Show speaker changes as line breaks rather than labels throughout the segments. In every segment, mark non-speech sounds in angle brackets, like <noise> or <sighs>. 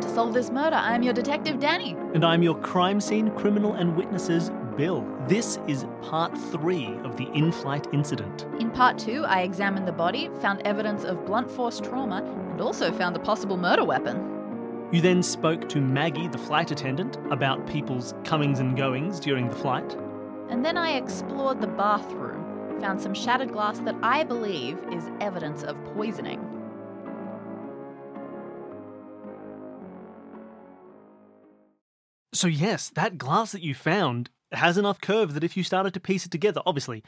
solve this murder. I am your detective, Danny.
And I'm your crime scene criminal and witnesses, Bill. This is part three of the in flight incident.
In part two, I examined the body, found evidence of blunt force trauma, and also found a possible murder weapon.
You then spoke to Maggie, the flight attendant, about people's comings and goings during the flight.
And then I explored the bathroom, found some shattered glass that I believe is evidence of poisoning.
So, yes, that glass that you found has enough curve that if you started to piece it together, obviously,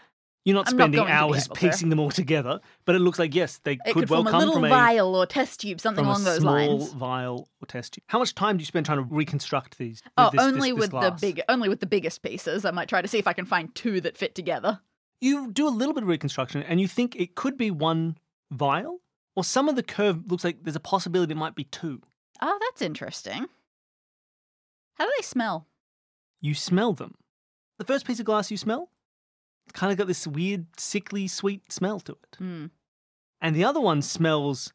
you're not
I'm not
spending
going to be
hours
able to.
piecing them all together, but it looks like, yes, they
It
could,
could
well
form a
come
little
from a,
vial or test tube, something
from
along
a
those
small
lines.
vial or test tube. How much time do you spend trying to reconstruct these? with
Oh,
this- this-
only
this
with
glass?
the big, only with the biggest pieces. I might try to see if I can find two that fit together.
you do a little bit of reconstruction and you think it could be one vial or some of the curve looks like there's a possibility it might be two
Oh, that's interesting. How do they smell?
you smell them the first piece of glass you smell it's kind of got this weird sickly sweet smell to it
Hmm.
and the other one smells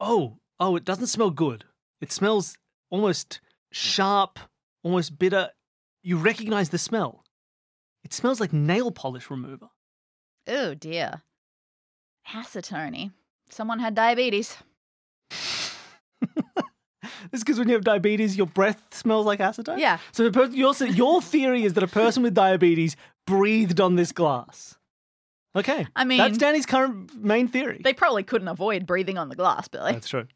oh oh it doesn't smell good it smells almost sharp almost bitter you recognize the smell it smells like nail polish remover
Oh dear. Acetone. Someone had diabetes.
It's because when you have diabetes, your breath smells like acetone.
Yeah.
So the person, your, your theory is that a person with diabetes breathed on this glass. Okay.
I mean-
that's Danny's current main theory.
They probably couldn't avoid breathing on the glass, Billy.
that's true.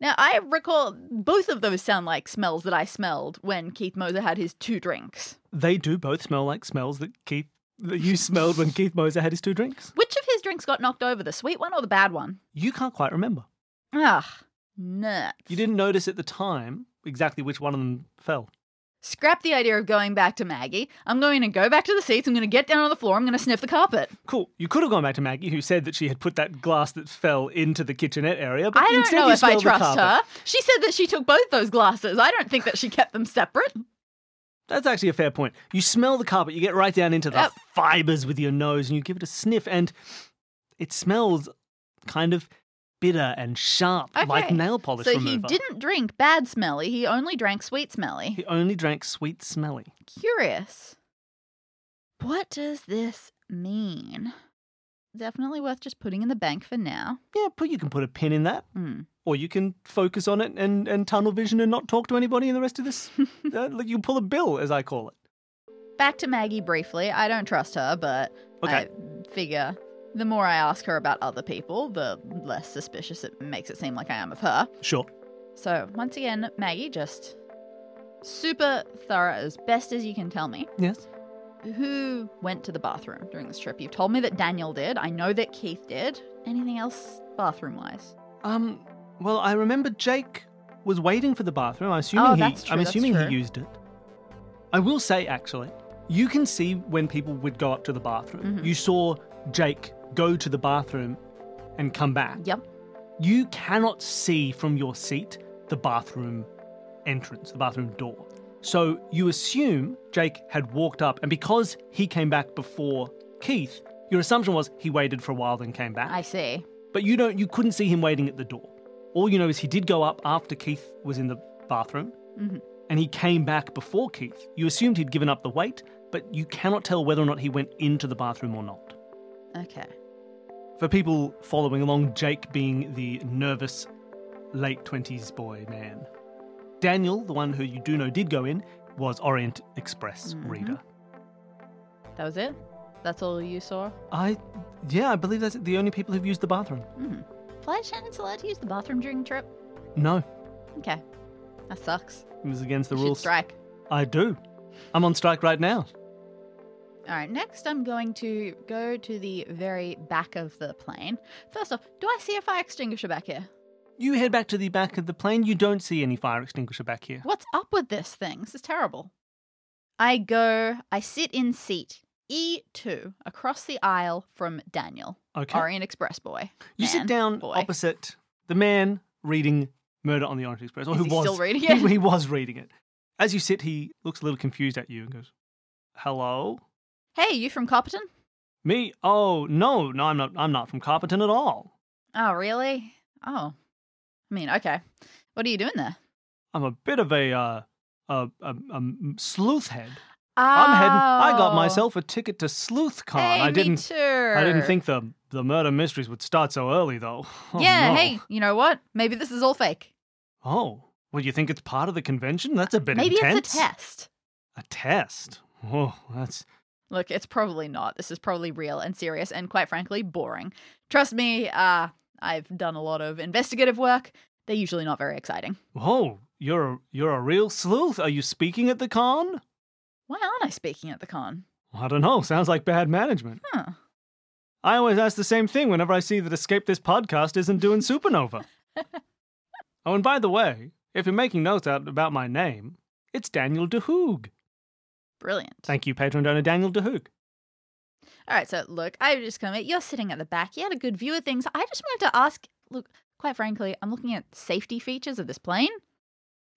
Now, I recall both of those sound like smells that I smelled when Keith Moser had his two drinks.
They do both smell like smells that Keith that you smelled when Keith Moser had his two drinks.
Which of his drinks got knocked over, the sweet one or the bad one?
You can't quite remember.
Ugh, nuts.
You didn't notice at the time exactly which one of them fell.
Scrap the idea of going back to Maggie. I'm going to go back to the seats. I'm going to get down on the floor. I'm going to sniff the carpet.
Cool. You could have gone back to Maggie, who said that she had put that glass that fell into the kitchenette area. But
I don't
instead
know
you
if I
smelled the
trust
carpet.
her. She said that she took both those glasses. I don't think that she kept them separate.
That's actually a fair point. You smell the carpet, you get right down into the
Yep.
fibers with your nose, and you give it a sniff, and it smells kind of bitter and sharp, like
Okay.
nail polish
so
remover.
he didn't drink bad smelly. He only drank sweet smelly.
He only drank sweet smelly.
curious. What does this mean? Definitely worth just putting in the bank for now.
Yeah, but you can put a pin in that,
Hmm.
or you can focus on it and, and tunnel vision and not talk to anybody in the rest
<laughs>
of this. uh, like you pull a bill, as I call it.
Back to Maggie briefly. I don't trust her, but
Okay.
I figure the more I ask her about other people, the less suspicious it makes it seem like I am of her.
Sure.
So, once again, Maggie, just super thorough, as best as you can tell me.
Yes.
Who went to the bathroom during this trip? You've told me that Daniel did. I know that Keith did. Anything else bathroom wise?
Um. Well, I remember Jake was waiting for the bathroom. I'm assuming
Oh,
he.
that's true,
I'm
that's
assuming
true.
he used it. I will say actually, you can see when people would go up to the bathroom.
Mhm.
You saw Jake go to the bathroom and come back.
Yep.
You cannot see from your seat the bathroom entrance, the bathroom door. So you assume Jake had walked up, and because he came back before Keith, your assumption was he waited for a while then came back
I see.
but you don't you couldn't see him waiting at the door. All you know is he did go up after Keith was in the bathroom
Mhm.
and he came back before Keith. You assumed he'd given up the wait, but you cannot tell whether or not he went into the bathroom or not.
Okay.
For people following along, Jake being the nervous late 20s boy man. Daniel, the one who you do know did go in, was Orient Express
Mhm.
reader.
That was it? That's all you saw?
I yeah, I believe that's the only people who've used the bathroom.
Hmm. Flight attendants allowed to use the bathroom during trip?
No, it
Okay. That sucks.
was against the
You should
rules.
strike.
I do. I'm on strike right now.
All right, next I'm going to go to the very back of the plane. First off, do I see a fire extinguisher back here?
You head back to the back of the plane. You don't see any fire extinguisher back here.
What's up with this thing? This is terrible. I go, I sit in seat E2 across the aisle from Daniel,
Okay.
Orient Express boy.
you sit
man,
down
boy.
opposite the man reading Murder on the Orange Express, or
Is
who
he
was
still reading
he-
it?
He, was reading it. As you sit, he looks a little confused at you and goes, "Hello,
Hey, you from Copperton?
me? Oh no, no, I'm not. I'm not from Carpenton at all.
Oh, really? Oh. I mean, okay. What are you doing there?
I'm a bit of a uh, a, a, a sleuth head. I'm heading. I got
Oh.
myself a ticket to Sleuth Con.
Hey,
I
me
didn't.
too.
I didn't think the the murder mysteries would start so early though. <laughs> Oh,
yeah,
no.
hey, you know what? Maybe this is all fake.
Oh, well, you think it's part of the convention? That's a bit
Maybe
intense.
it's a test.
A test. Whoa, that's
Look, it's probably not. This is probably real and serious and quite frankly boring. Trust me, uh, I've done a lot of investigative work. They're usually not very exciting.
whoa. You're a, you're a real sleuth. Are you speaking at the con?
Why aren't I speaking at the con?
I don't know. Sounds like bad management.
Huh.
I always ask the same thing whenever I see that Escape This Podcast isn't
<laughs>
doing Supernova. oh, and by the way, if you're making notes out about my name, it's Daniel DeHoog.
Brilliant.
Thank you, patron donor Daniel
<laughs>
DeHoog.
All right, so look, I was just going to, you're sitting at the back. You had a good view of things. I just wanted to ask, look, quite frankly, I'm looking at safety features of this plane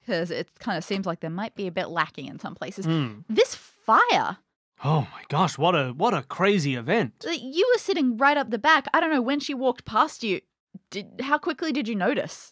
because it kind of seems like there might be a bit lacking in some places.
Hmm.
This fire,
Oh my gosh, what a what a crazy event.
like, you were sitting right up the back. I don't know when she walked past you. Did, how quickly did you notice?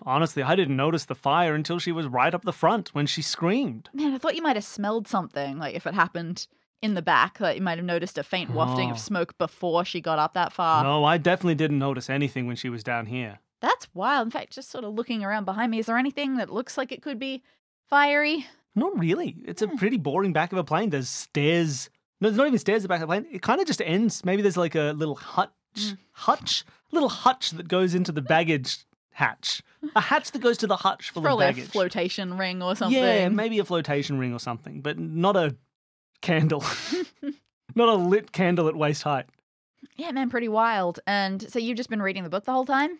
Honestly, I didn't notice the fire until she was right up the front when she screamed.
Man, I thought you might have smelled something, like if it happened in the back, like you might have noticed a faint wafting
Oh.
of smoke before she got up that far.
no, I definitely didn't notice anything when she was down here.
That's wild. In fact, just sort of looking around behind me, is there anything that looks like it could be fiery?
Not really. It's a
Hmm.
pretty boring back of a plane. There's stairs. No, there's not even stairs at the back of the plane. It kind of just ends. Maybe there's like a little hutch,
Hmm.
hutch, little hutch that goes into the baggage hatch. A hatch that goes to the hutch full
Probably
of
a
baggage.
flotation ring or something.
Yeah, maybe a flotation ring or something, but not a
<laughs>
candle. not a lit candle at waist height.
Yeah, man, pretty wild. And so you've just been reading the book the whole time?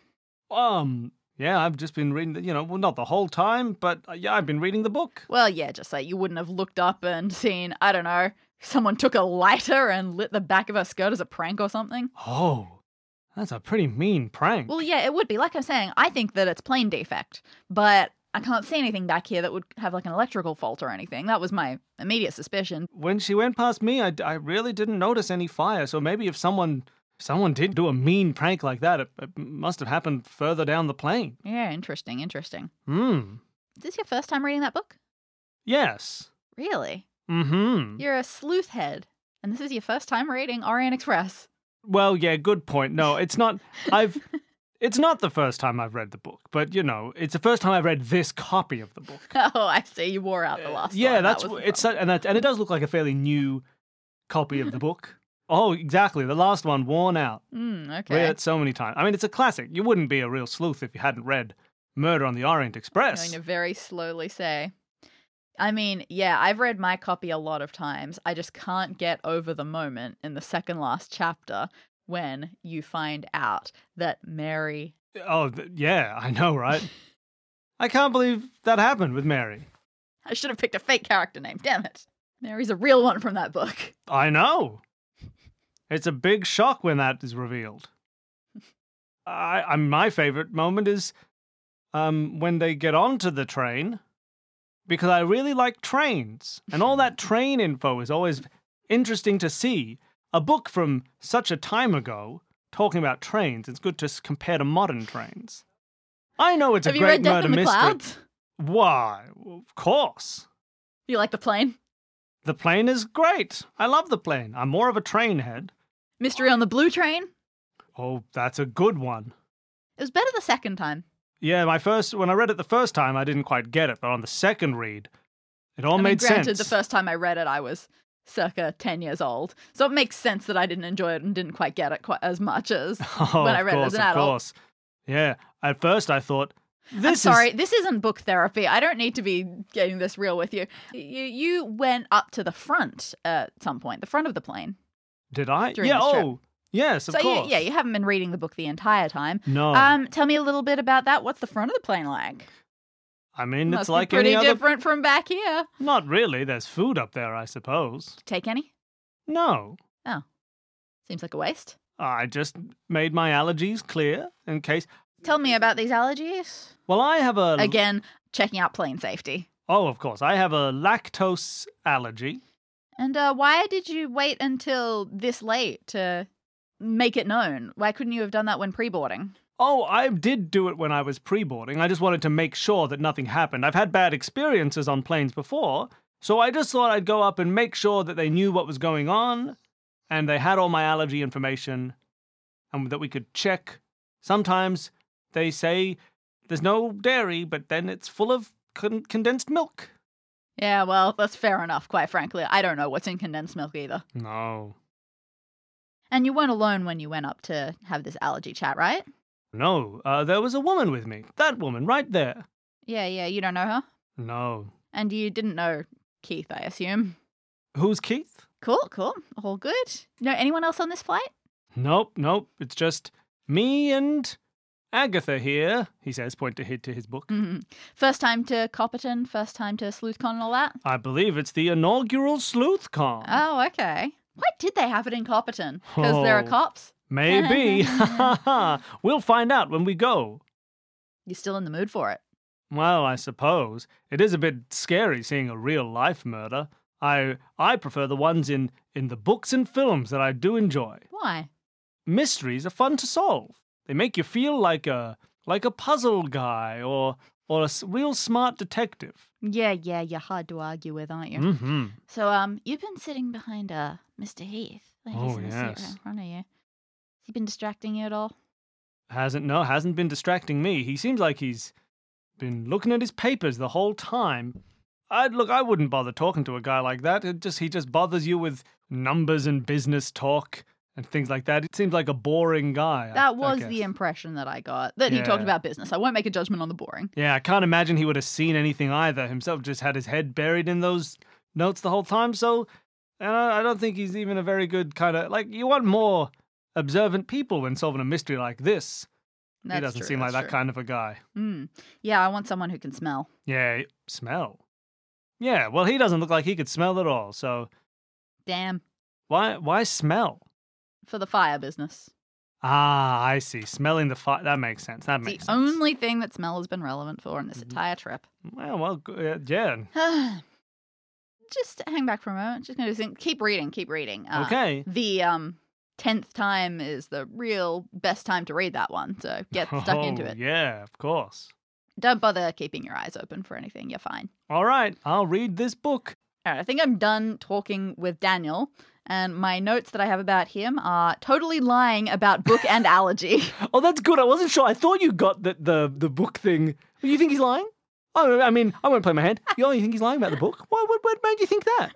Um, yeah, I've just been reading, the, you know, well, not the whole time, but uh, yeah, I've been reading the book.
Well, yeah, just like you wouldn't have looked up and seen, I don't know, someone took a lighter and lit the back of her skirt as a prank or something.
Oh, that's a pretty mean prank.
Well, yeah, it would be. Like I'm saying, I think that it's plain defect, but I can't see anything back here that would have like an electrical fault or anything. That was my immediate suspicion.
when she went past me, I, I really didn't notice any fire. So maybe if someone if someone did do a mean prank like that, it, it must have happened further down the plane.
Yeah, interesting, interesting.
Hmm.
Is this your first time reading that book?
Yes.
Really?
Mm-hmm.
You're a sleuth head, and this is your first time reading Orient Express. <laughs>
Well, yeah, good point. No, it's not. I've. It's not the first time I've read the book, but you know, it's the first time I've read this copy of the book.
Oh, I see. You wore out the last
Uh, yeah,
one. That
that's
was
w-
the
it's
problem.
su- and that and it does look like a fairly new copy
<laughs>
of the book. Oh, exactly. The last one, worn out.
Mm,
Read
okay.
it so many times. I mean, it's a classic. You wouldn't be a real sleuth if you hadn't read Murder on the Orient
I'm
Express.
going to very slowly say. I mean, yeah, I've read my copy a lot of times. I just can't get over the moment in the second last chapter when you find out that Mary.
Oh, th- yeah, I know, right?
<laughs>
I can't believe that happened with Mary.
I should have picked a fake character name. Damn it. Mary's a real one from that book.
I know. It's a big shock when that is revealed. I, I my favorite moment is um, when they get onto the train because I really like trains and all
<laughs>
that train info is always interesting to see. A book from such a time ago talking about trains, it's good to s- compare to modern trains. I know it's
have
a
you
great
read Death
murder
in the
mystery.
Clouds?
Why? Of course.
You like the plane?
The plane is great. I love the plane. I'm more of a train head.
Mystery on the Blue Train?
Oh, that's a good one.
It was better the second time.
Yeah, my first when I read it the first time, I didn't quite get it, but on the second read, it all
I mean,
made
granted,
sense.
the first time I read it, I was circa 10 years old. So it makes sense that I didn't enjoy it and didn't quite get it quite as much as.
<laughs> oh,
when I
of
read it
course,
as an
of
adult.
course. Yeah, at first I thought this
I'm sorry,
is
this isn't book therapy. I don't need to be getting this real with you. You, you went up to the front at some point, the front of the plane.
did I?
during
yeah,
this trip.
oh. Yes, of
so
course. Oh.
You, yeah, you haven't been reading the book the entire time.
No.
Um, tell me a little bit about that. What's the front of the plane like?
I mean,
Must
it's like
be pretty
any other
different from back here.
Not really. There's food up there, I suppose.
Take any?
No.
Seems like a waste.
I just made my allergies clear in case
Tell me about these allergies.
Well, I have a
Again, checking out plane safety.
Oh, of course. I have a lactose allergy.
And uh, why did you wait until this late to make it known? Why couldn't you have done that when pre boarding?
Oh, I did do it when I was pre boarding. I just wanted to make sure that nothing happened. I've had bad experiences on planes before, so I just thought I'd go up and make sure that they knew what was going on and they had all my allergy information and that we could check. Sometimes they say there's no dairy, but then it's full of con- condensed milk.
Yeah, well, that's fair enough, quite frankly. I don't know what's in condensed milk either.
No.
And you weren't alone when you went up to have this allergy chat, right?
No, uh, there was a woman with me. That woman right there.
Yeah, yeah, you don't know her?
No.
And you didn't know Keith, I assume.
Who's Keith?
Cool, cool. All good. Know anyone else on this flight?
Nope, nope. It's just me and Agatha here, he says, pointing to, to his book.
hmm First time to Copperton, first time to SleuthCon and all that?
I believe it's the inaugural sleuth con.
Oh, okay. Why did they have it in Copperton? Because there are
Oh.
cops?
Maybe. <laughs> we'll find out when we go.
You're still in the mood for it.
Well, I suppose it is a bit scary seeing a real life murder. I I prefer the ones in in the books and films that I do enjoy.
Why?
Mysteries are fun to solve. They make you feel like a like a puzzle guy or or a s- real smart detective.
Yeah, yeah, you're hard to argue with, aren't you?
Mhm.
So, um, you've been sitting behind uh Mr. Heath. Like, he's
Oh,
in the seat
yes.
right in front of you. Has he been distracting you at all?
Hasn't no, hasn't been distracting me. He seems like he's been looking at his papers the whole time. I'd look, I wouldn't bother talking to a guy like that. It just he just bothers you with numbers and business talk and things like that. It seems like a boring guy. I- I
That was the
guess.
impression that I got. That he talked
Yeah.
about business. I won't make a judgment on the boring.
Yeah, I can't imagine he would have seen anything either. Himself just had his head buried in those notes the whole time. So, and I I don't think he's even a very good kind of like. You want more observant people when solving a mystery like this.
That's
he doesn't
true,
seem like
that's
that
true.
kind of a guy.
Mm. Yeah, I want someone who can smell.
Yeah, smell. Yeah, well, he doesn't look like he could smell at all. So
Damn.
why why smell?
For the fire business.
Ah, I see. Smelling the fire. That makes sense. That
The
makes sense.
only thing that smell has been relevant for in this
Mhm.
entire trip. <sighs>
Well, well, g- uh, yeah.
Just hang back for a moment. Just going to think. Keep reading. Keep reading. Uh,
okay.
The um tenth time is the real best time to read that one. So
<laughs>
get stuck into
Oh,
it.
Yeah, of course.
Don't bother keeping your eyes open for anything. You're fine.
All right, I'll read this book.
All right, I think I'm done talking with Daniel. And my notes that I have about him are totally lying about book and
<laughs>
allergy.
Oh, that's good. I wasn't sure. I thought you got the the, the book thing. You think he's lying? Oh, I mean, I won't play my hand. You, you think he's lying about the book? Why? What, what made you think that?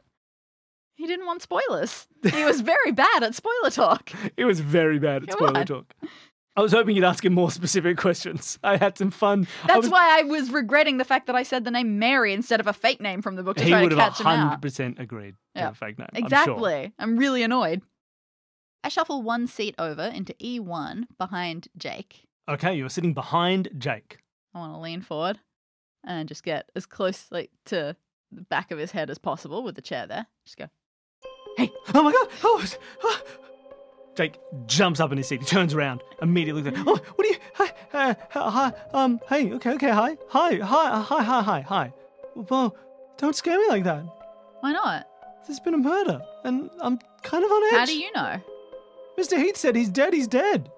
He didn't want spoilers. He was very bad at spoiler talk.
It was very bad at
Come
spoiler
on.
talk. I was hoping you'd ask him more specific questions. I had some fun. <laughs> I
That's
was-
why I was regretting the fact that I said the name Mary instead of a fake name from the book to try to catch him out.
percent agreed.
Yeah.
the fact, no, I'm sure.
Exactly. I'm, really annoyed. I shuffle one seat over into E1 behind Jake.
Okay, you were sitting behind Jake.
I want to lean forward and just get as close like to the back of his head as possible with the chair there. Just go.
Oh my god! Oh, it's- ah. Jake jumps up in his seat. He turns around immediately. Looks like, oh, what are you? Hi, uh, hi, um, hey, okay, okay, hi, hi, hi, uh, hi, hi, hi, hi. Whoa! Don't scare me like that.
Why not?
There's been a murder, and I'm kind of on edge.
How do you know?
Mr. Heath said he's dead. He's dead.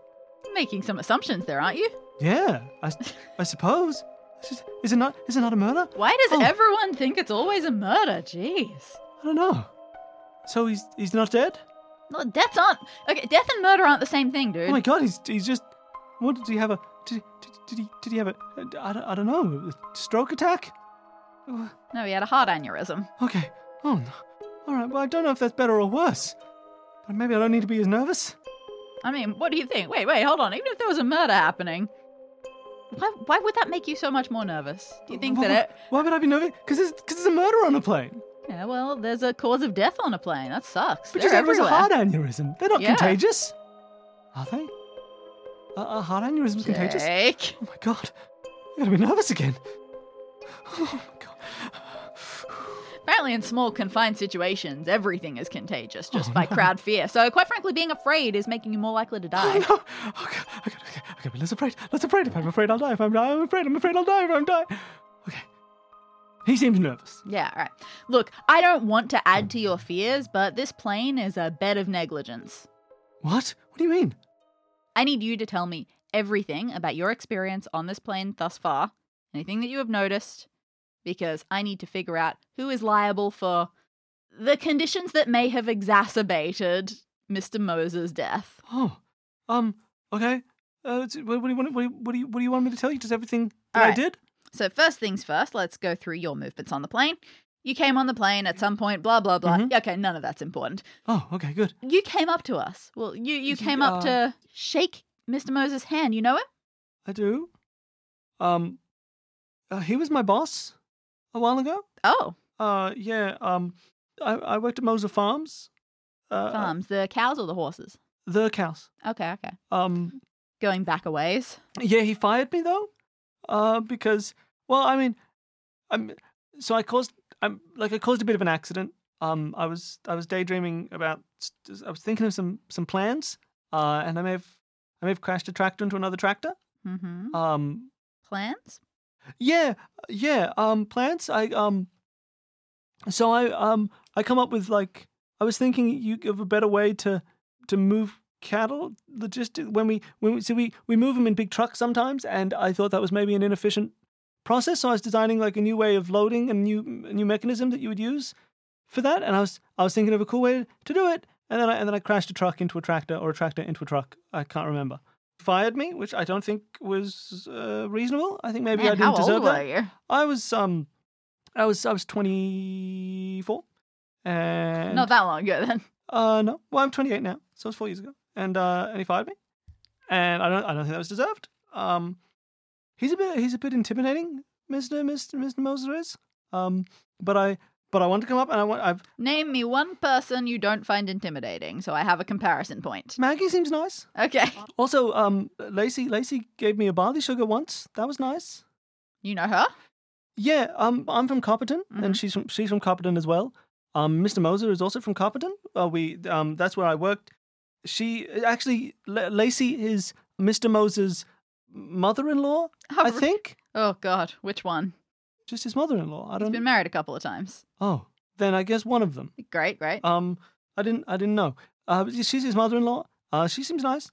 Making some assumptions there, aren't you?
Yeah, I, s- I suppose. It's just- Is it not? Is it not a murder?
Why does
Oh.
everyone think it's always a murder? Jeez.
I don't know. So he's he's not dead.
No, deaths aren't. Okay, death and murder aren't the same thing, dude.
Oh my god, he's he's just. What did he have a? Did, did, did he did he have a? I don't, I don't know. A stroke attack? Uh,
no, he had a heart aneurysm.
Okay. Oh no. All right. Well, I don't know if that's better or worse. But maybe I don't need to be as nervous.
I mean, what do you think? Wait, wait, hold on. Even if there was a murder happening, why, why would that make you so much more nervous? Do you think
<laughs> Why-
that it.
Why would I be nervous? Because there's, 'cause there's a murder on a plane.
Yeah, well, there's a cause of death on a plane. That sucks.
But
They're
just everyone's a
everywhere.
heart aneurysm. They're not
Yeah.
contagious, are they? A, a heart aneurysm's contagious.
Jake.
Oh my god. I gotta be nervous again. Oh my god.
Apparently, in small, confined situations, everything is contagious just by crowd fear. So, quite frankly, being afraid is making you more likely to
Oh, <laughs>
die.
no. oh god, I gotta, I gotta be less afraid. Less afraid. If I'm afraid, I'll die. If I'm, I'm afraid, I'm afraid I'll die. If I'm die. Okay. He seems nervous.
Yeah, all right. Look, I don't want to add to your fears, but this plane is a bed of negligence.
What? What do you mean?
I need you to tell me everything about your experience on this plane thus far, anything that you have noticed, because I need to figure out who is liable for the conditions that may have exacerbated Mr. Moses' death.
Oh, um, okay. Uh, it's- what, what do you want? What, do you- what do you What do you want me to tell you? Just everything that I
Alright.
did.
So, first things first, let's go through your movements on the plane. You came on the plane at some point, blah, blah, blah.
Mhm.
Okay, none of that's important.
Oh, okay, good.
You came up to us. Well, you, you
Ye-
came up
uh,
to shake Mr. Moses' hand. You know him?
I do. Um, uh, he was my boss a while ago.
Oh,
Uh, yeah. Um, I, I worked at Moser Farms. Uh,
farms, the cows or the horses?
The cows.
Okay, okay.
Um,
Going back a ways.
Yeah, he fired me though, uh, because well, I mean, I'm so I caused I'm like I caused a bit of an accident. Um, I was I was daydreaming about I was thinking of some some plans, uh, and I may have I may have crashed a tractor into another tractor.
Mm-hmm.
Um,
Plans?
yeah, yeah. Um, plans. I um. So I um I come up with like I was thinking you of a better way to to move cattle logistic when we when we so we we move them in big trucks sometimes and I thought that was maybe an inefficient process so I was designing like a new way of loading and new a new mechanism that you would use for that and I was I was thinking of a cool way to do it and then I, and then I crashed a truck into a tractor or a tractor into a truck I can't remember fired me which I don't think was uh, reasonable I think maybe
Man,
I
how
didn't deserve
old
that
were you?
I was um, I was I was twenty four, and
Not that long ago then.
uh no, well I'm twenty eight now, so it was four years ago, and uh and he fired me, and I don't I don't think that was deserved. Um, he's a bit he's a bit intimidating, Mister Mister Mister Moser is. Um, but I but I want to come up and I want I've
Name me one person you don't find intimidating, so I have a comparison point.
Maggie seems nice. <laughs>
Okay.
Also um, Lacey Lacey gave me a barley sugar once. That was nice.
You know her?
Yeah, um, I'm from Carpeton,
Mhm.
and she's from she's from Carpeton as well. Um, Mr. Moser is also from Carpeton. Uh, we um, that's where I worked. She actually, L- Lacey is Mr. Moser's mother-in-law, I think.
Oh, God. Which one?
Just his mother-in-law. I
He's
don't.
been married a couple of times.
Oh, then I guess one of them.
Great, great.
Um, I didn't I didn't know. Uh, but she's his mother-in-law. Uh, she seems nice.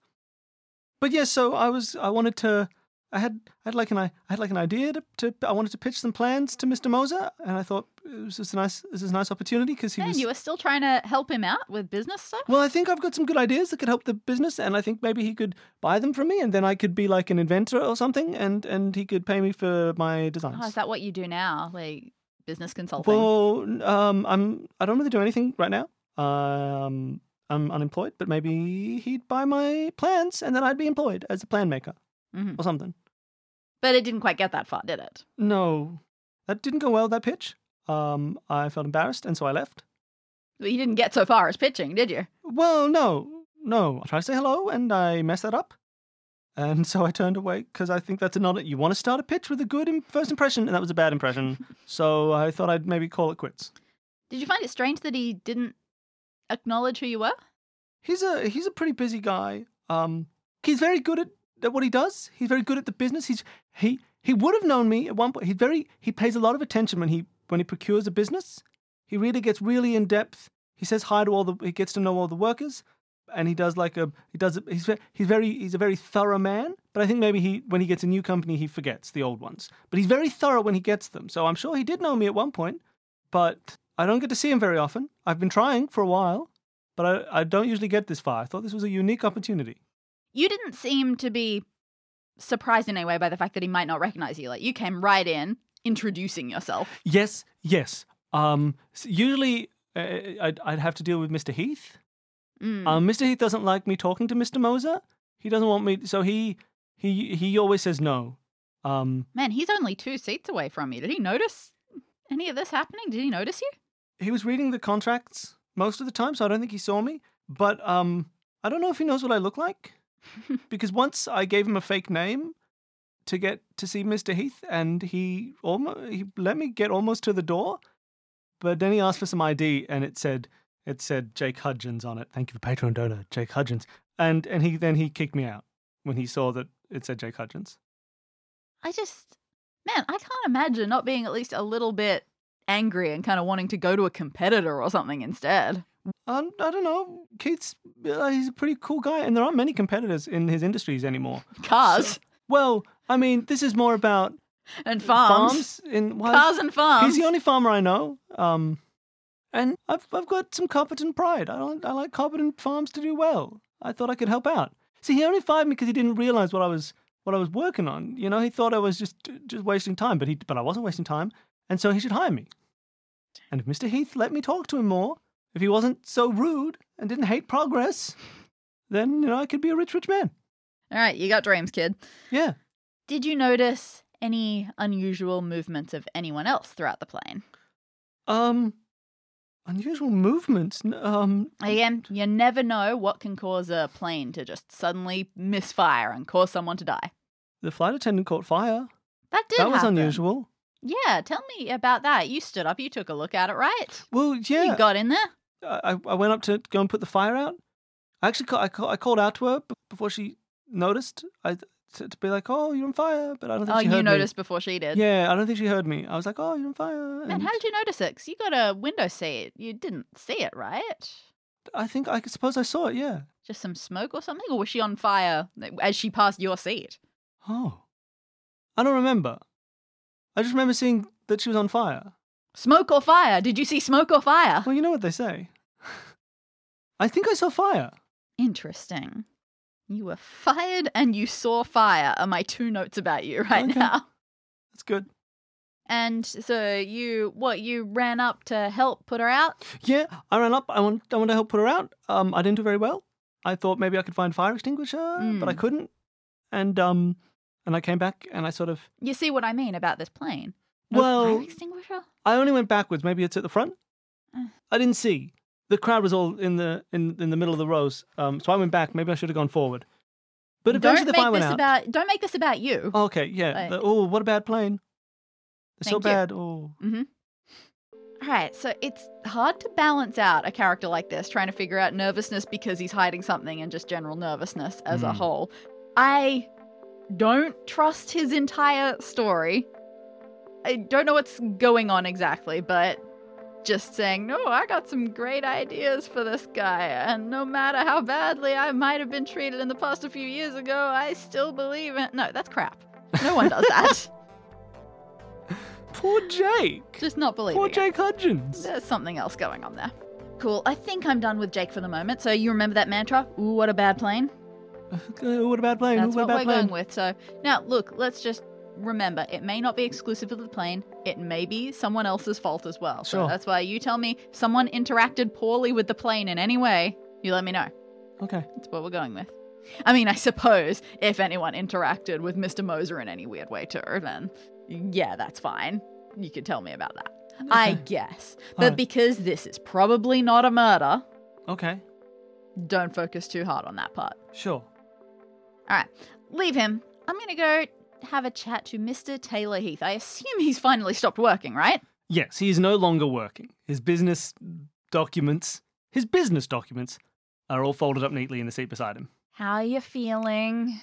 But yeah, so I was I wanted to. I had I had like an I had like an idea to, to I wanted to pitch some plans to Mr. Moser, and I thought this is a nice this is a nice opportunity because he
Man,
was.
you were still trying to help him out with business stuff?
well, I think I've got some good ideas that could help the business, and I think maybe he could buy them from me, and then I could be like an inventor or something, and and he could pay me for my designs.
Oh, is that what you do now? Like business consulting?
Well, n- um, I'm I don't really do anything right now. Um, I'm unemployed, but maybe he'd buy my plans and then I'd be employed as a plan maker
Mhm.
or something.
But it didn't quite get that far, did it?
No, that didn't go well. That pitch. Um, I felt embarrassed and so I left.
But you didn't get so far as pitching, did you?
Well, no, no. I tried to say hello and I messed that up. And so I turned away because I think that's not you want to start a pitch with a good im- first impression, and that was a bad impression. so I thought I'd maybe call it quits.
Did you find it strange that he didn't acknowledge who you were?
he's a he's a pretty busy guy. Um, he's very good at, at what he does. He's very good at the business. He's he he would have known me at one point. He's very he pays a lot of attention when he when he procures a business. He really gets really in depth. He says hi to all the he gets to know all the workers, and he does like a he does a, he's ve- he's very he's a very thorough man. But I think maybe he when he gets a new company he forgets the old ones. But he's very thorough when he gets them. So I'm sure he did know me at one point, but I don't get to see him very often. I've been trying for a while but I, I don't usually get this far. I thought this was a unique opportunity.
you didn't seem to be surprised in any way by the fact that he might not recognize you. Like you came right in introducing yourself.
Yes, yes. Um, s- usually uh, I'd, I'd have to deal with Mr. Heath.
Mm.
Um, Mr. Heath doesn't like me talking to Mr. Moser. He doesn't want me, so he he he always says no. Um,
Man, he's only two seats away from you. Did he notice any of this happening? Did he notice you?
he was reading the contracts most of the time, so I don't think he saw me. But um, I don't know if he knows what I look like because once I gave him a fake name to get to see Mr. Heath, and he almost he let me get almost to the door, but then he asked for some ID, and it said it said Jake Hudgens on it. Thank you for Patreon donor, Jake Hudgens, and and he then he kicked me out when he saw that it said Jake Hudgens.
I just, man, I can't imagine not
<laughs>
being at least a little bit angry and kind of wanting to go to a competitor or something instead.
I, I don't know. Keith's uh, he's a pretty cool guy, and there aren't many competitors in his industries anymore.
Cars
Well, I mean, this is more about
and farms.
uh, farms in well,
Cars and farms.
He's the only farmer I know. Um, and I've, I've got some competent pride. I, don't, I like competent farms to do well. I thought I could help out. See, he only fired me because he didn't realize what I was what I was working on. You know, he thought I was just just wasting time, but he but I wasn't wasting time, and so he should hire me. And if Mr. Heath let me talk to him more, if he wasn't so rude and didn't hate progress, then you know I could be a rich rich man.
All right, you got dreams, kid.
Yeah.
Did you notice any unusual movements of anyone else throughout the plane?
Um, unusual movements. N- Um,
Again, you never know what can cause a plane to just suddenly misfire and cause someone to die.
the flight attendant caught fire.
That did
that was
happen.
unusual.
Yeah, tell me about that. You stood up, you took a look at it, right?
Well, yeah,
You got in there.
I, I- I went up to go and put the fire out. I actually ca- I, ca- I called out to her b- before she noticed. I to, to be like, "Oh, you're on fire," but I don't think
Oh,
she heard
you
me.
noticed before she did.
Yeah, I don't think she heard me. I was like, "Oh, you're on fire."
Man,
and
how did you notice it? 'Cause you got a window seat. You didn't see it, right?
I think I could- suppose I saw it. Yeah.
Just some smoke or something? Or was she on fire as she passed your seat?
Oh, I don't remember. I just remember seeing that she was on fire.
Smoke or fire? Did you see smoke or fire?
Well, you know what they say. <laughs> I think I saw fire.
Interesting. You were fired and you saw fire are my two notes about you <laughs> right
Okay.
now.
That's good.
And so you, what, you ran up to help put her out?
Yeah, I ran up. I want, I want to help put her out. Um, I didn't do very well. I thought maybe I could find fire extinguisher, but I
Mm.
couldn't. And um, and I came back and I sort of.
You see what I mean about this plane? No
Well-
fire extinguisher?
I only went backwards. Maybe it's at
<sighs>
the front.
Mm.
I didn't see. The crowd was all in the in in the middle of the rows. Um, so I went back. Maybe I should have gone forward. But
don't
eventually the
make
fire
this
went out.
about. Don't make this about you.
Oh, okay, yeah.
Like-
The- oh, what a bad plane. They're so
Thank you.
bad. Oh,
All right, so it's hard to balance out a character like this, trying to figure out nervousness because he's hiding something and just general nervousness as a
Mm.
whole. I don't trust his entire story. I don't know what's going on exactly, but just saying, no, I got some great ideas for this guy, and no matter how badly I might have been treated in the past a few years ago, I still believe it. No, that's crap. No one does that.
poor Jake.
just not believing.
Poor
it.
Jake Hudgens. <laughs>
There's something else going on there. Cool. I think I'm done with Jake for the moment. So you remember that mantra? Ooh, what a bad plane.
Oh, what a bad plane.
That's
oh, what
what
a bad
we're
plane.
going with. So now, look, let's just remember it may not be exclusive of the plane. It may be someone else's fault as well. So
Sure.
that's why you tell me if someone interacted poorly with the plane in any way. You let me know.
Okay.
That's what we're going with. I mean, I suppose if anyone interacted with Mr. Moser in any weird way too, then yeah, that's fine. You could tell me about that. I
Okay.
guess. But
Alright.
because this is probably not a murder,
Okay.
don't focus too hard on that part.
Sure.
All right, leave him. I'm going to go have a chat to Mr. Taylor Heath. I assume he's finally stopped working, right?
Yes, he is no longer working. His business documents, his business documents, are all folded up neatly in the seat beside him.
How are you feeling?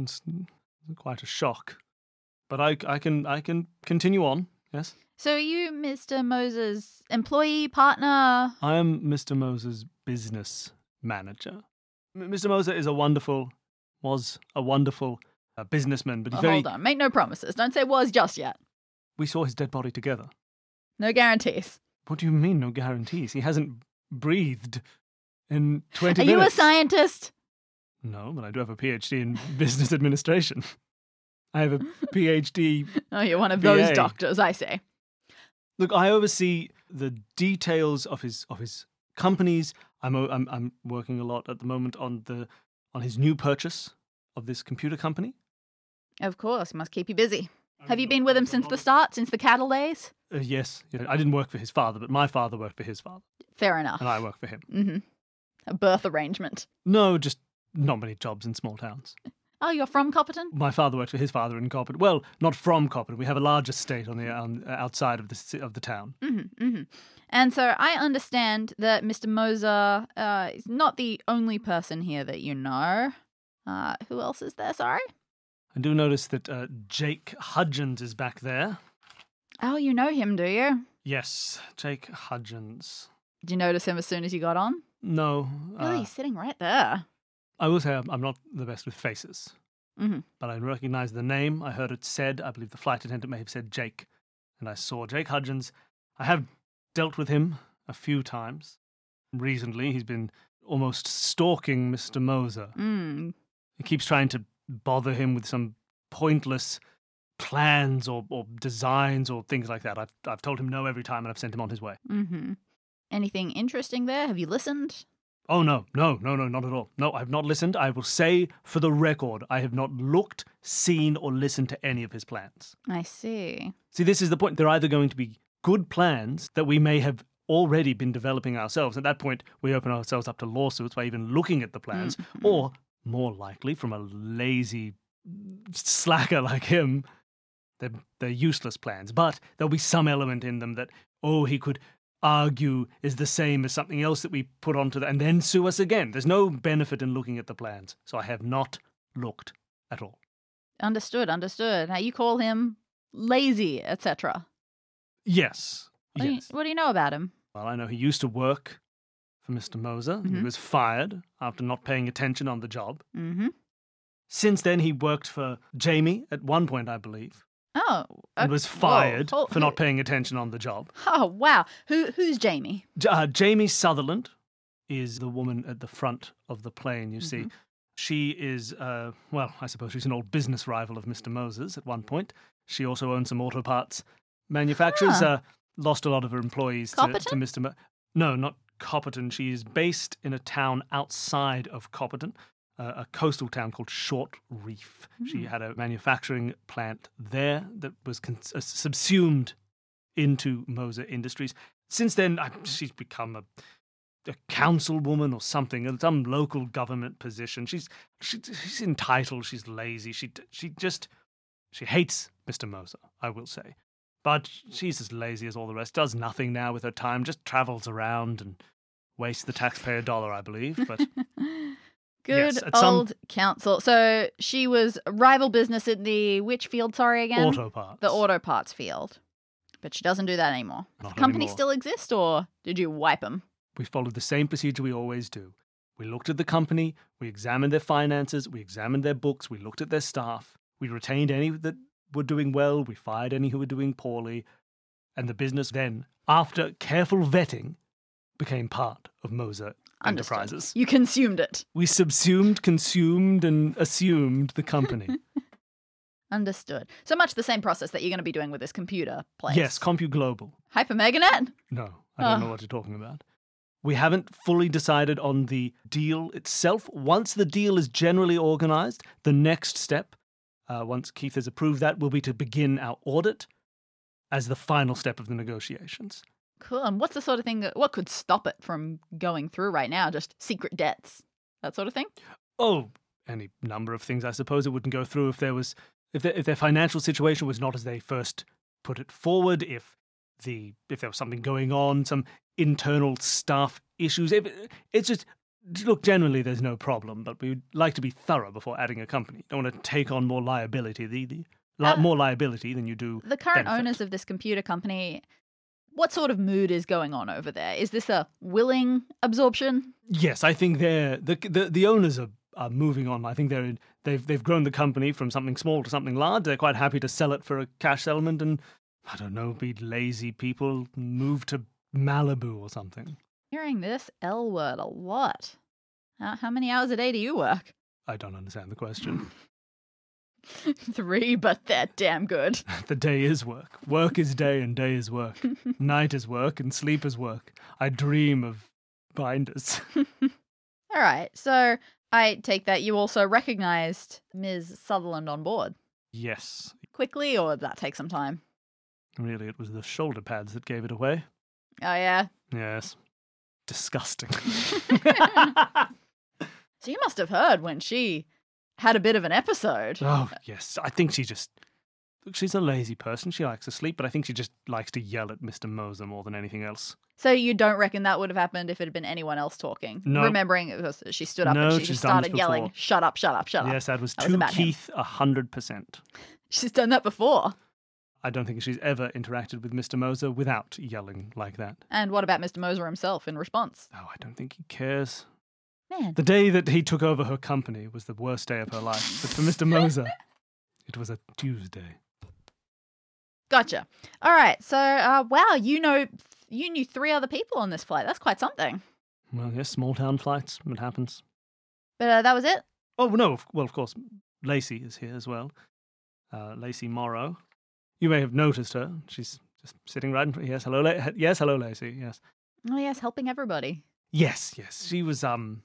It's quite a shock, but I, I can I can continue on. Yes,
So, are you Mr. Moser's employee, partner?
I am Mr. Moser's business manager. M- Mr. Moser is a wonderful, was a wonderful uh, businessman, but he's
Well,
very.
Hold on, make no promises. Don't say was just yet.
We saw his dead body together.
No guarantees.
What do you mean? No guarantees. He hasn't breathed in
<laughs>
twenty
Are
minutes.
you a scientist?
No, but I do have a PhD in <laughs> business administration.
<laughs>
I have a PhD.
Oh, you're one of those
BA.
doctors, I say.
Look, I oversee the details of his of his companies. I'm o- I'm, I'm working a lot at the moment on the on his new purchase of this computer company.
Of course, must keep you busy. Have you been with him since the start, since the cattle days?
Uh, yes, yeah, I didn't work for his father, but my father worked for his father,
Fair enough.
and I work for him.
hmm A birth arrangement.
No, just not many jobs in small towns.
Oh, you're from Copperton?
My father worked for his father in Copperton. Well, not from Copperton. We have a large estate on the on, outside of the ci- of the town.
hmm hmm And so I understand that Mr. Moser uh, is not the only person here that you know. Uh, who else is there? Sorry.
I do notice that uh, Jake Hudgens is back there.
Oh, you know him, do you?
Yes, Jake Hudgens.
Did you notice him as soon as you got on?
No.
oh,
Uh,
he's sitting right there.
I will say I'm, I'm not the best with faces.
Mhm.
But I recognized the name. I heard it said. I believe the flight attendant may have said Jake. And I saw Jake Hudgens. I have dealt with him a few times. Recently, he's been almost stalking Mr. Moser.
Mm.
He keeps trying to bother him with some pointless plans or, or designs or things like that. I've, I've told him no every time and I've sent him on his way.
Mm-hmm. Anything interesting there? Have you listened?
Oh, no, no, no, no, not at all. No, I've not listened. I will say for the record, I have not looked, seen, or listened to any of his plans.
I see.
See, this is the point. They're either going to be good plans that we may have already been developing ourselves. At that point, we open ourselves up to lawsuits by even looking at the plans,
Mhm.
or more likely, from a lazy slacker like him, they're, they're useless plans. But there'll be some element in them that, oh, he could argue is the same as something else that we put onto that and then sue us again. There's no benefit in looking at the plans. So I have not looked at all.
Understood, understood. Now you call him lazy, etc.
Yes.
What, do you-
yes.
what do you know about him?
Well, I know he used to work for Mr. Moser. He
Mhm.
was fired after not paying attention on the job.
Mm-hmm.
Since then, he worked for Jamie at one point, I believe,
Oh,
and
ok-
was
whoa,
fired
hol- <laughs>
for not
who-
paying attention on the job.
Oh wow, who who's Jamie?
J- uh, Jamie Sutherland is the woman at the front of the plane, you see. She is, uh, well, I suppose she's an old business rival of Mr. Moses at one point. She also owns some auto parts manufacturers,
Ah.
uh, lost a lot of her employees to, to
Copperton?
Mr. Mo- no, not Copperton. She's based in a town outside of Copperton, uh, a coastal town called Short Reef. She
Hmm.
had a manufacturing plant there that was con- uh, subsumed into Moser Industries. Since then, I, she's become a a councilwoman or something, in some local government position. She's she, she's entitled. She's lazy. She she just she hates Mr. Moser. I will say, but she's as lazy as all the rest. Does nothing now with her time. Just travels around and wastes the taxpayer dollar. I believe,
<laughs>
but
Good
Yes, at some-
old council. So she was a rival business in the which field? Sorry again,
auto parts.
the auto parts field. But she doesn't do that anymore. Does
Not
the company
anymore.
still exist, or did you wipe them?
We followed the same procedure we always do. We looked at the company, we examined their finances, we examined their books, we looked at their staff, we retained any that were doing well, we fired any who were doing poorly, and the business then, after careful vetting, became part of Moser
Understood.
Enterprises.
You consumed it.
We subsumed, consumed, and assumed the company.
Understood. So much the same process that you're going to be doing with this computer place.
yes, CompuGlobal.
Hypermeganet.
No, I don't know
Ah.
what you're talking about. We haven't fully decided on the deal itself. Once the deal is generally organized, the next step, uh, once Keith has approved that, will be to begin our audit as the final step of the negotiations.
Cool. And what's the sort of thing that what could stop it from going through right now? Just secret debts, that sort of thing.
Oh, any number of things, I suppose. It wouldn't go through if there was if their, if their financial situation was not as they first put it forward. If the if there was something going on, some internal staff issues. If, it's just look. Generally, there's no problem, but we'd like to be thorough before adding a company. Don't want to take on more liability. The, the li-
Uh,
more liability than you do.
The current
benefit.
owners of this computer company. What sort of mood is going on over there? Is this a willing absorption?
Yes, I think they're the the, the owners are, are moving on. I think they're in, they've they've grown the company from something small to something large. They're quite happy to sell it for a cash settlement and I don't know, be lazy people move to Malibu or something.
Hearing this L word a lot. How, how many hours a day do you work? <laughs>
I don't understand the question. <laughs>
Three, but they're damn good.
the day is work. Work is day and day is work. Night is work and sleep is work. I dream of binders. <laughs>
All right. So I take that you also recognized Ms. Sutherland on board
yes.
quickly, or did that take some time?
Really it was the shoulder pads that gave it away.
Oh, yeah.
Yes. Disgusting. <laughs>
So you must have heard when she had a bit of an episode.
Oh yes, I think she just. Look, she's a lazy person. She likes to sleep, but I think she just likes to yell at Mr. Moser more than anything else.
So you don't reckon that would have happened if it had been anyone else talking?
No.
Remembering it was she stood up
No,
and she
she's
just
done this
started yelling,
before.
"Shut up! Shut up! Shut up!"
Yes, that was
That was
to
about him.
Keith a hundred percent.
She's done that before.
I don't think she's ever interacted with Mr. Moser without yelling like that.
And what about Mr. Moser himself in response?
Oh, I don't think he cares.
Man,
The day that he took over her company was the worst day of her life, but for Mr. Moser, it was a Tuesday.
gotcha. All right, so uh, wow, you know, you knew three other people on this flight. That's quite something.
Well, yes, small town flights, it happens.
But uh, that was it.
Oh, no, of, well, of course, Lacey is here as well. Uh, Lacey Morrow. You may have noticed her. She's just sitting right in front. Yes, hello, La- yes, hello, Lacey. Yes.
Oh yes, helping everybody.
Yes, yes. She was, um,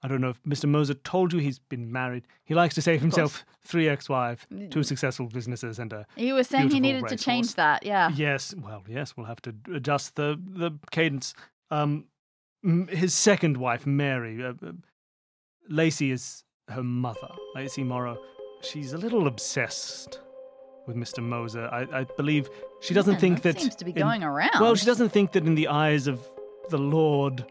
I don't know if Mr. Moser told you he's been married. He likes to save himself three ex wives,
Mm.
two successful businesses, and a.
He was saying he
Beautiful
needed to
racehorse.
change that. Yeah.
Yes, well, yes, we'll have to adjust the, the cadence. Um, m- his second wife, Mary, uh, uh, Lacey is her mother, Lacey Morrow. She's a little obsessed with Mr. Moser. I, I believe she doesn't
Man,
think that.
seems to be
in-
going around.
well, she doesn't think that in the eyes of the Lord,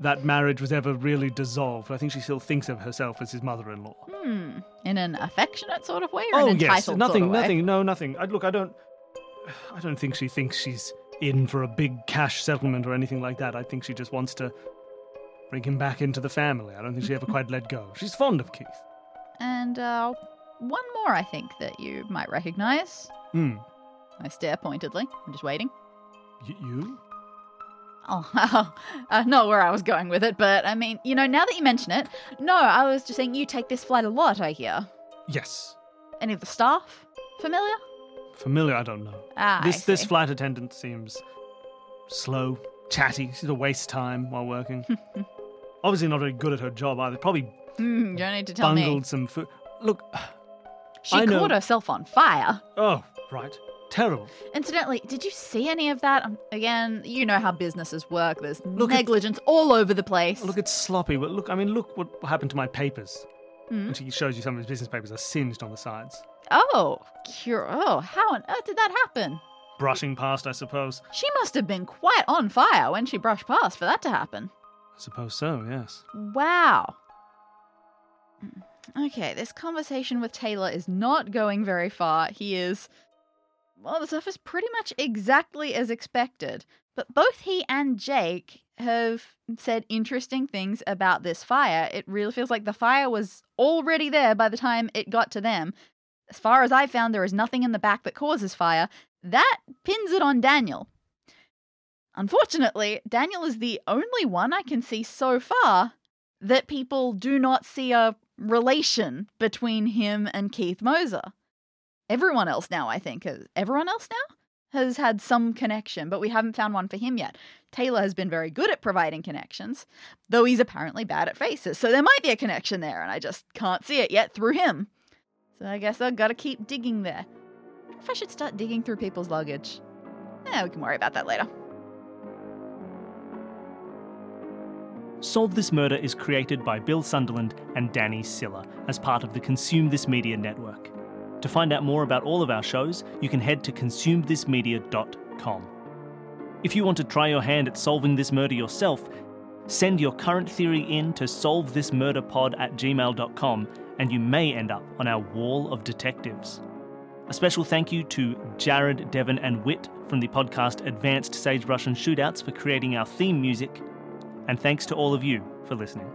that marriage was ever really dissolved. I think she still thinks of herself as his mother-in-law.
Hmm. In an affectionate sort of way, or
oh
an
yes,
entitled
nothing,
sort of way?
nothing, no, nothing. I, look, I don't, I don't think she thinks she's in for a big cash settlement or anything like that. I think she just wants to bring him back into the family. I don't think she ever quite let go. She's fond of Keith.
And uh, one more, I think that you might recognize.
Hmm.
I stare pointedly. I'm just waiting. <laughs>
Y- you?
Oh, uh, not where I was going with it, but I mean, you know, now that you mention it, no, I was just saying you take this flight a lot, I hear.
Yes.
Any of the staff familiar?
Familiar? I don't know.
Ah, I
this this
see.
flight attendant seems slow, chatty. She's a waste time
<laughs>
while working. Obviously not very good at her job either. Probably
Hmm, you don't need to tell
bungled
me.
some food. Look,
She
I know-
caught herself on fire.
oh right, terrible.
Incidentally, did you see any of that? Um, again, you know how businesses work. There's
Look at-
negligence all over the place.
Look, it's sloppy. But look, I mean, look what happened to my papers.
Hmm?
And she shows you some of his business papers are singed on the sides.
Oh, cure. Oh, how on earth did that happen?
Brushing past, I suppose.
She must have been quite on fire when she brushed past for that to happen.
I suppose so. Yes.
Wow. Mm, Okay, this conversation with Taylor is not going very far. He is, well, on the surface, pretty much exactly as expected. But both he and Jake have said interesting things about this fire. It really feels like the fire was already there by the time it got to them. As far as I found, there is nothing in the back that causes fire. That pins it on Daniel. Unfortunately, Daniel is the only one I can see so far that people do not see a relation between him and Keith Moser. Everyone else now, I think, has, everyone else now has had some connection, but we haven't found one for him yet. Taylor has been very good at providing connections, though he's apparently bad at faces. So there might be a connection there, and I just can't see it yet through him. So I guess I've got to keep digging there. I wonder if I should start digging through people's luggage. Eh, we can worry about that later.
Solve This Murder is created by Bill Sunderland and Danny Siller as part of the Consume This Media network. To find out more about all of our shows, you can head to consumethismedia.com. If you want to try your hand at solving this murder yourself, send your current theory in to solvethismurderpod at gmail.com and you may end up on our wall of detectives. A special thank you to Jared, Devon, and Wit from the podcast Advanced Sagebrush and Shootouts for creating our theme music and thanks to all of you for listening.